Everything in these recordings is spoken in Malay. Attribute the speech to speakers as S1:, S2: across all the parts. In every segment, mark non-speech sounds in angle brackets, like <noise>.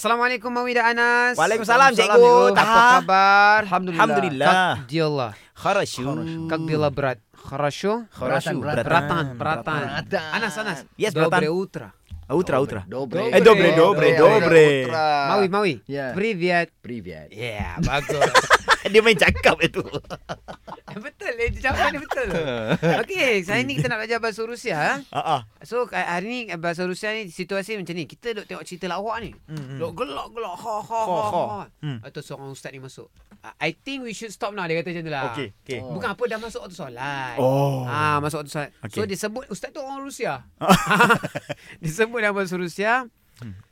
S1: Assalamualaikum Mawi dan Anas.
S2: Waalaikumsalam,
S1: Apa
S2: cikgu. Taha.
S1: khabar?
S2: Alhamdulillah. Alhamdulillah.
S1: Dialah.
S2: Kharashu.
S1: Как брат? Хорошо?
S2: Kharashu.
S3: Beratan,
S1: Братан,
S2: Beratan.
S1: братан.
S3: Bratan.
S1: Анас, Анас.
S2: Yes,
S1: Доброе
S2: Beratan.
S1: утро.
S2: Утро, утро.
S3: Dobre.
S1: Eh, dobre, dobre,
S2: dobre.
S1: Mawi, Mawi.
S3: Ya.
S1: Привет.
S3: Привет.
S1: Yeah, bagus.
S2: <laughs> <laughs> Dia main cakap itu.
S1: betul, eh, jawapan dia betul. Okey, saya ni kita nak belajar bahasa Rusia. ha?
S2: <laughs> Ah ah.
S1: So, ka- hari ni eh, bahasa Rusia ni situasi macam ni. Kita duk tengok cerita lawak ni. Duk gelak-gelak. Ha, ha, ha,
S2: Ha, ha.
S1: ha.
S2: Hmm.
S1: Atau seorang ustaz ni masuk. I think we should stop now. Dia kata macam tu lah.
S2: Okey, okey.
S3: Oh.
S1: Bukan apa dah masuk waktu solat.
S2: Oh.
S1: Ah masuk waktu solat. Okay. So
S2: Okey.
S1: dia sebut ustaz tu orang Rusia.
S2: <laughs>
S1: <laughs> dia sebut dalam bahasa Rusia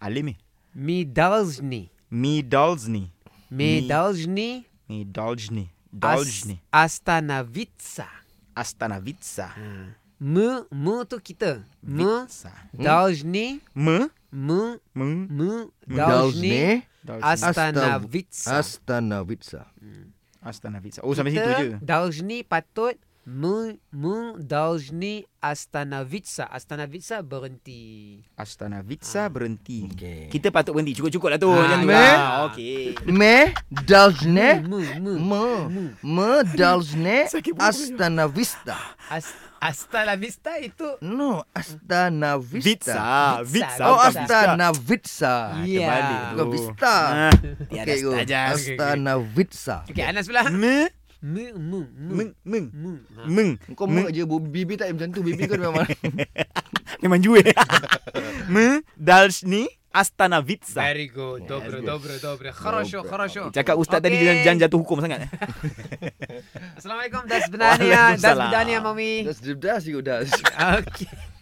S2: Alim ni.
S1: Midalzhny.
S2: Midalzny.
S1: Midalzhny
S2: Midalzny.
S1: As-
S2: Dalzny.
S1: Astanavitsa.
S2: Astanavitsa.
S1: Me me tu kita. Me
S2: Hmm. Vitsa.
S1: Dalzhny
S2: Me.
S1: me
S2: Me.
S1: me Dalzhny
S3: Dalzne.
S1: Astanavitsa.
S3: Astana Vitsa.
S2: Astanavitsa. Oh, sampai situ je.
S1: Dalzhny patut me me Dalzhny Astanavitsa. Astanavitsa berhenti.
S2: Astanavitsa berhenti.
S3: Okey.
S2: Kita patut berhenti. Cukup-cukup lah tu.
S1: Ah,
S2: Macam tu
S3: me.
S2: lah. Okey.
S3: Me
S2: Eh?
S3: Dalzne.
S1: Me me
S3: Me. Me Dalzne.
S2: Sakit perut
S3: Astana Vista.
S1: As- hasta la vista itu
S3: No, Astana Vista.
S2: Vitsa.
S1: Vitsa.
S2: Vitsa.
S3: Oh,
S2: bukan
S3: Astana Vitsa.
S1: Ya.
S2: Terbalik tu.
S3: Bukan Vista.
S2: Ah, Tiada
S3: Okey, go.
S2: saja.
S1: okey.
S3: Astana Vitsa.
S1: Okey, Anas pula.
S2: Me.
S1: Me me me
S2: Meng. Meng.
S1: me. Ha.
S2: Meng.
S3: Kau mak je bu- Bibi tak macam tu Bibi kau <laughs> memang
S2: Memang jua. Me. Dalzny. Astanavitsa.
S1: Very good. Dobro, dobro, dobro. Хорошо, хорошо.
S2: Cakap ustaz tadi
S1: Okey.
S2: jangan, jangan jatuh hukum sangat. eh.
S1: Assalamualaikum. Das Bedania. Das
S2: Waalaikumsalam.
S1: Bedania, Mami.
S3: Das das juga das
S1: Okey.